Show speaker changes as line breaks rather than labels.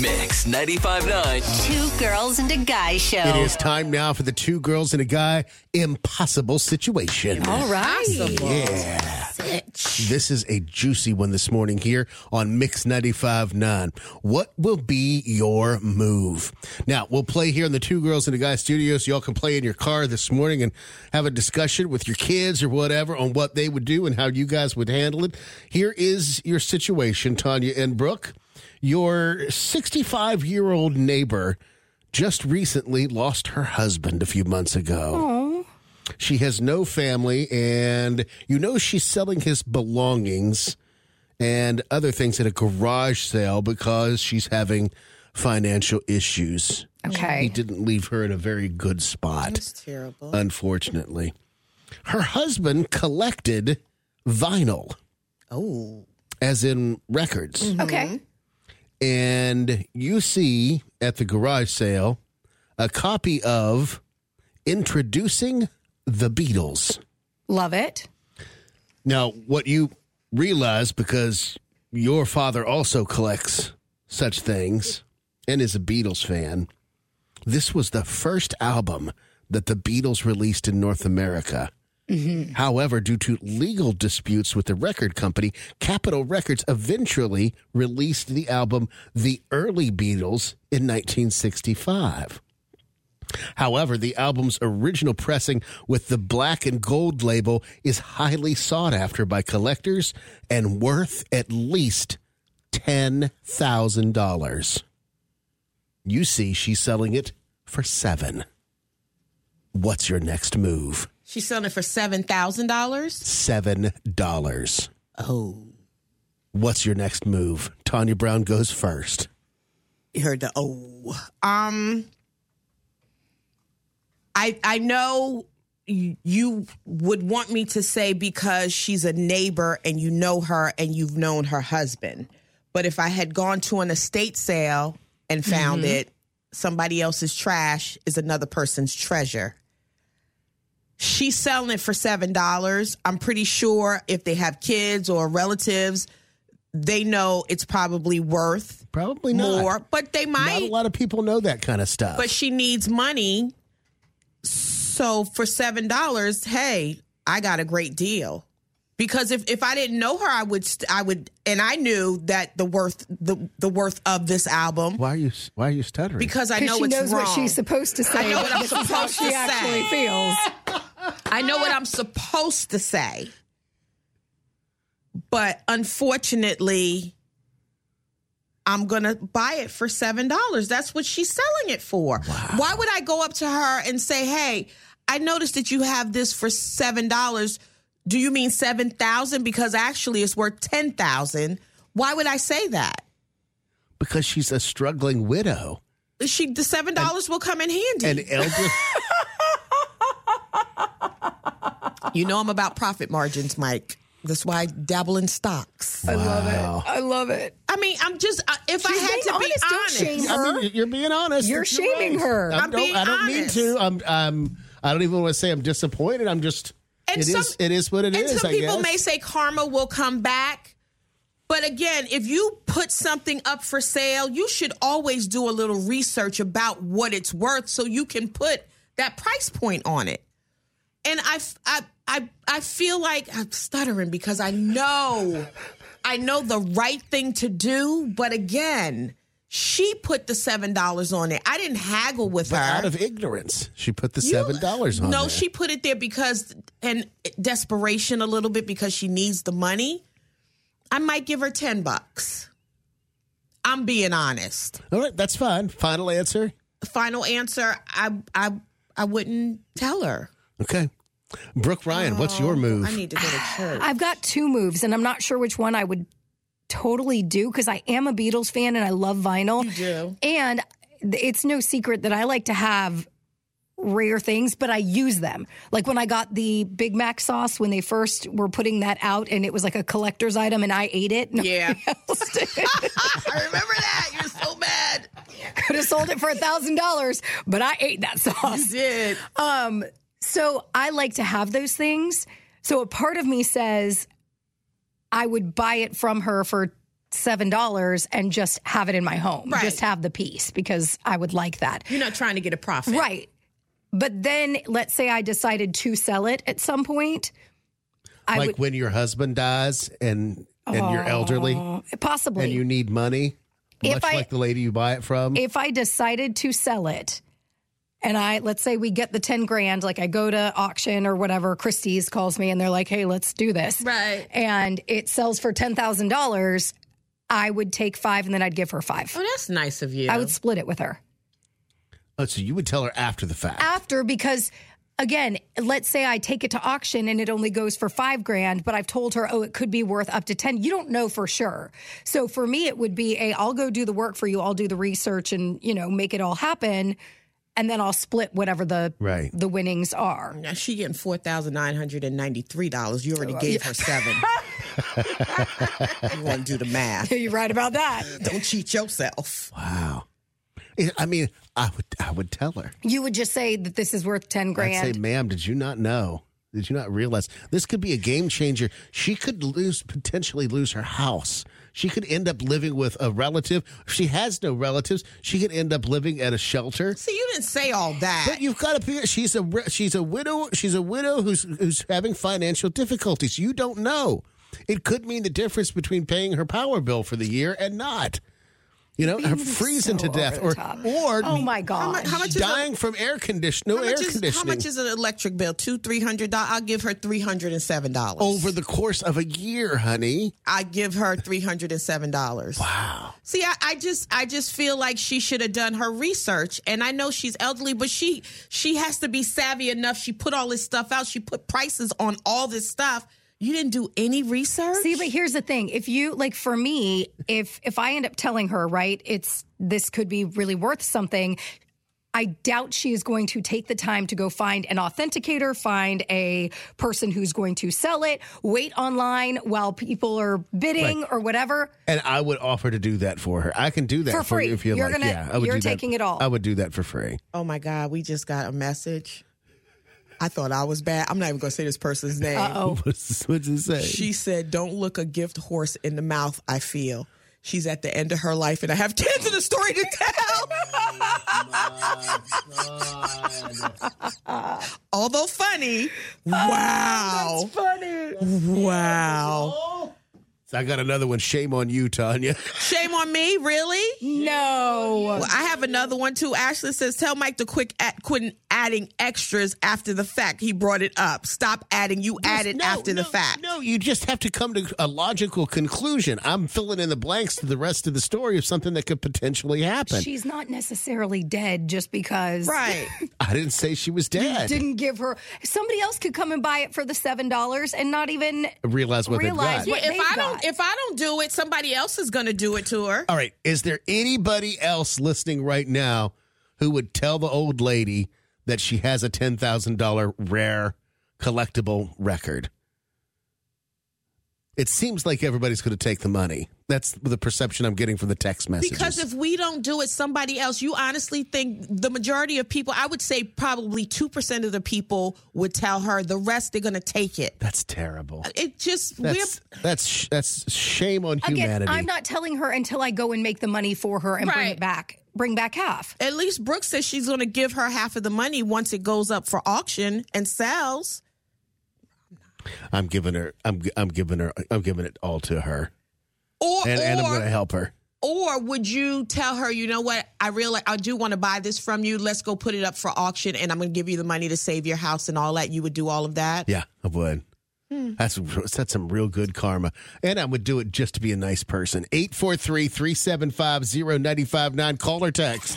Mix 95.9.
Two girls and a guy show.
It is time now for the two girls and a guy impossible situation.
All right.
This is a juicy one this morning here on Mix 95.9. What will be your move? Now, we'll play here in the Two Girls and a Guy studio so y'all can play in your car this morning and have a discussion with your kids or whatever on what they would do and how you guys would handle it. Here is your situation, Tanya and Brooke. Your 65 year old neighbor just recently lost her husband a few months ago. She has no family, and you know she's selling his belongings and other things at a garage sale because she's having financial issues. He
Okay.
didn't leave her in a very good spot,
It's terrible.
unfortunately. Her husband collected vinyl,
oh,
as in records.
Okay.
and you see at the garage sale a copy of Introducing the Beatles.
Love it.
Now, what you realize because your father also collects such things and is a Beatles fan, this was the first album that the Beatles released in North America. However, due to legal disputes with the record company, Capitol Records eventually released the album The Early Beatles in 1965. However, the album's original pressing with the black and gold label is highly sought after by collectors and worth at least $10,000. You see, she's selling it for seven. What's your next move?
she's selling it for seven thousand dollars.
Seven dollars.
Oh,
What's your next move? Tanya Brown goes first.
you heard the oh. Um, I I know you, you would want me to say because she's a neighbor and you know her and you've known her husband, but if I had gone to an estate sale and found it, somebody else's trash is another person's treasure. she's selling it for seven dollars. I'm pretty sure if they have kids or relatives, they know it's probably worth
Probably not.
more, but they
Not a
might.
lot of people know that kind of stuff.
But she needs money, so for seven dollars, hey, I got a great deal. Because if, if I didn't know her, I would st- I would and I knew that the worth the the worth of this album
why are you why are you stuttering?
because I
Because
know
she
it's
knows
wrong.
what she's supposed to say.
I know what I'm
but this is how
supposed
she
to
actually
say.
feels.
I know what I'm supposed to say. But unfortunately, I'm going to buy it for $7. That's what she's selling it for. Why would I go up to her and say, "Hey, I noticed that you have this for $7. Do you mean 7,000 because actually it's worth 10,000?" Why would I say that?
because she's a struggling widow.
She the $7 will come in handy.
An elder
you know I'm about profit margins, Mike. That's why I dabble in stocks.
I love it. I love it.
I mean, I'm just uh, if I
She's
had
being
to be
honest,
honest,
don't shame her.
I mean, you're being honest.
You're shaming her.
I
I'm
don't,
being
I don't mean
honest.
to. I'm. I'm. I don't even want to say I'm disappointed. I'm just. It
And
is.
some-
It is what it is.
and some
I
people
guess.
may say karma will come back, but again, if you put something up for sale, you should always do a little research about what it's worth so you can put that price point on it. And I, f- I, I, I feel like I'm stuttering because I know, I know the right thing to do, but again. She put the seven dollars on it. I didn't haggle with
But
her.
out of ignorance, she put the
You-
seven dollars on.
No,
there.
she put it there because and desperation a little bit because she needs the money. I might give her ten bucks. I'm being honest.
All right, that's fine. Final answer.
Final answer. I I I wouldn't tell her.
Okay. Brooke Ryan, what's your move?
Oh, I need to go to church.
I've got two moves, and I'm not sure which one I would totally do because I am a Beatles fan and I love vinyl.
do.
And th- it's no secret that I like to have rare things, but I use them. Like when I got the Big Mac sauce when they first were putting that out, and it was like a collector's item, and I ate it. No
Yeah.
one else did.
I remember that. You're so bad.
Could have sold it for a thousand dollars, but I ate that sauce.
Did
So I like to have those things. So a part of me says I would buy it from her for seven dollars and just have it in my home.
Right.
Just have the piece because I would like that.
You're not trying to get a profit.
Right. But then let's say I decided to sell it at some point. I
like when your husband dies and and you're elderly
Oh,
would possibly
and you need money,
If
much
I-
like the lady you buy it from.
if I decided to sell it and I let's say we get the 10 grand like I go to auction or whatever Christie's calls me and they're like hey let's do this
Right.
and it sells for $10,000 I would take 5 and then I'd give her 5
Oh, that's nice of you.
I would split it with her
oh, so you would tell her after the fact.
after because again let's say I take it to auction and it only goes for 5 grand but I've told her oh it could be worth up to 10 you don't know for sure so for me it would be a I'll go do the work for you I'll do the research and you know make it all happen and then I'll split whatever the
Right.
the winnings are
Now she getting four thousand nine hundred and ninety three dollars. You
Oh,
already gave her seven. you want to do the math?
you're right about that
Don't cheat yourself.
Wow. I- I mean, I would I would tell her.
you would just say that this is worth 10
I'd
grand
say, ma'am, did you not know? Did you not realize this could be a game changer? She could lose potentially lose her house. She could end up living with a relative. If she has no relatives, she could end up living at a shelter.
See, you didn't say all that.
But you've got to figure she's a re- she's a widow. She's a widow who's who's having financial difficulties. You don't know. It could mean the difference between paying her power bill for the year and not. You know, her freezing
so
to death, or
over the top.
or
oh my
how, mu-
god
how much is a,
dying from air condition, no
how
air
much is, how
conditioning
much is an electric bill? Two three hundred dollars. I'll give her three hundred and seven dollars.
over the course of a year, honey.
I give her three hundred and seven dollars. Wow. See, I, I just I just feel like she should have done her research. And I know she's elderly, but she she has to be savvy enough. She put all this stuff out. She put prices on all this stuff. You didn't do any research.
See, but here's the thing. If you like for me, if if I end up telling her, right, it's this could be really worth something, I doubt she is going to take the time to go find an authenticator, find a person who's going to sell it, wait online while people are bidding or whatever.
And I would offer to do that for her. I can do that
For
for,
free.
you if you
You're
like.
gonna-
yeah, I would
you're
do that.
taking it all.
I would do that for free.
oh my God, we just got a message. I thought I was bad. I'm not even gonna say this person's name.
Oh,
What's, what's it say?
She said, Don't look a gift horse in the mouth, I feel. She's at the end of her life, and I have tens of the story to tell. Although funny,
Oh,
wow. funny. Wow.
I got another one. Shame on you, Tanya.
Shame on me, really?
no.
Well, I have another one too. Ashley says, Tell Mike to quick at quit adding extras after the fact. He brought it up. Stop adding. You added
No,
after the
no,
fact.
No, you just have to come to a logical conclusion. I'm filling in the blanks to the rest of the story of something that could potentially happen.
She's not necessarily dead just because
Right.
I didn't say she was dead.
didn't give her somebody else could come and buy it for the seven dollars and not even
realize what
Realize
they've got.
what-
if
they've
I don't
got.
if I don't do it, somebody else is gonna do it to her.
All right. Is there anybody else listening right now who would tell the old lady that she has a $10,000 rare collectible record? It seems like everybody's going to take the money. That's the perception I'm getting from the text messages.
Because if we don't do it, somebody else, you honestly think the majority of people, I would say probably 2% of the people would tell her, the rest, they're going to take it.
that's terrible.
It just,
That's that's sh- that's shame on
Uh, Again,
humanity.
I'm not telling her until I go and make the money for her and bring
Right.
it back. Bring back half.
we're, at least Brooke says she's going to give her half of the money once it goes up for auction and sells.
I'm giving her. I'm gi- I'm giving her. I'm giving it all to her,
Or,
and, and I'm
or,
going to help her.
or would you tell her, you know what, I realize I do want to buy this from you. Let's go put it up for auction and I'm going to give you the money to save your house and all that. You would do all of that.
Yeah, I would. That's that's some real good karma. And I would do it just to be a nice person. 843 375 0959. Call or text.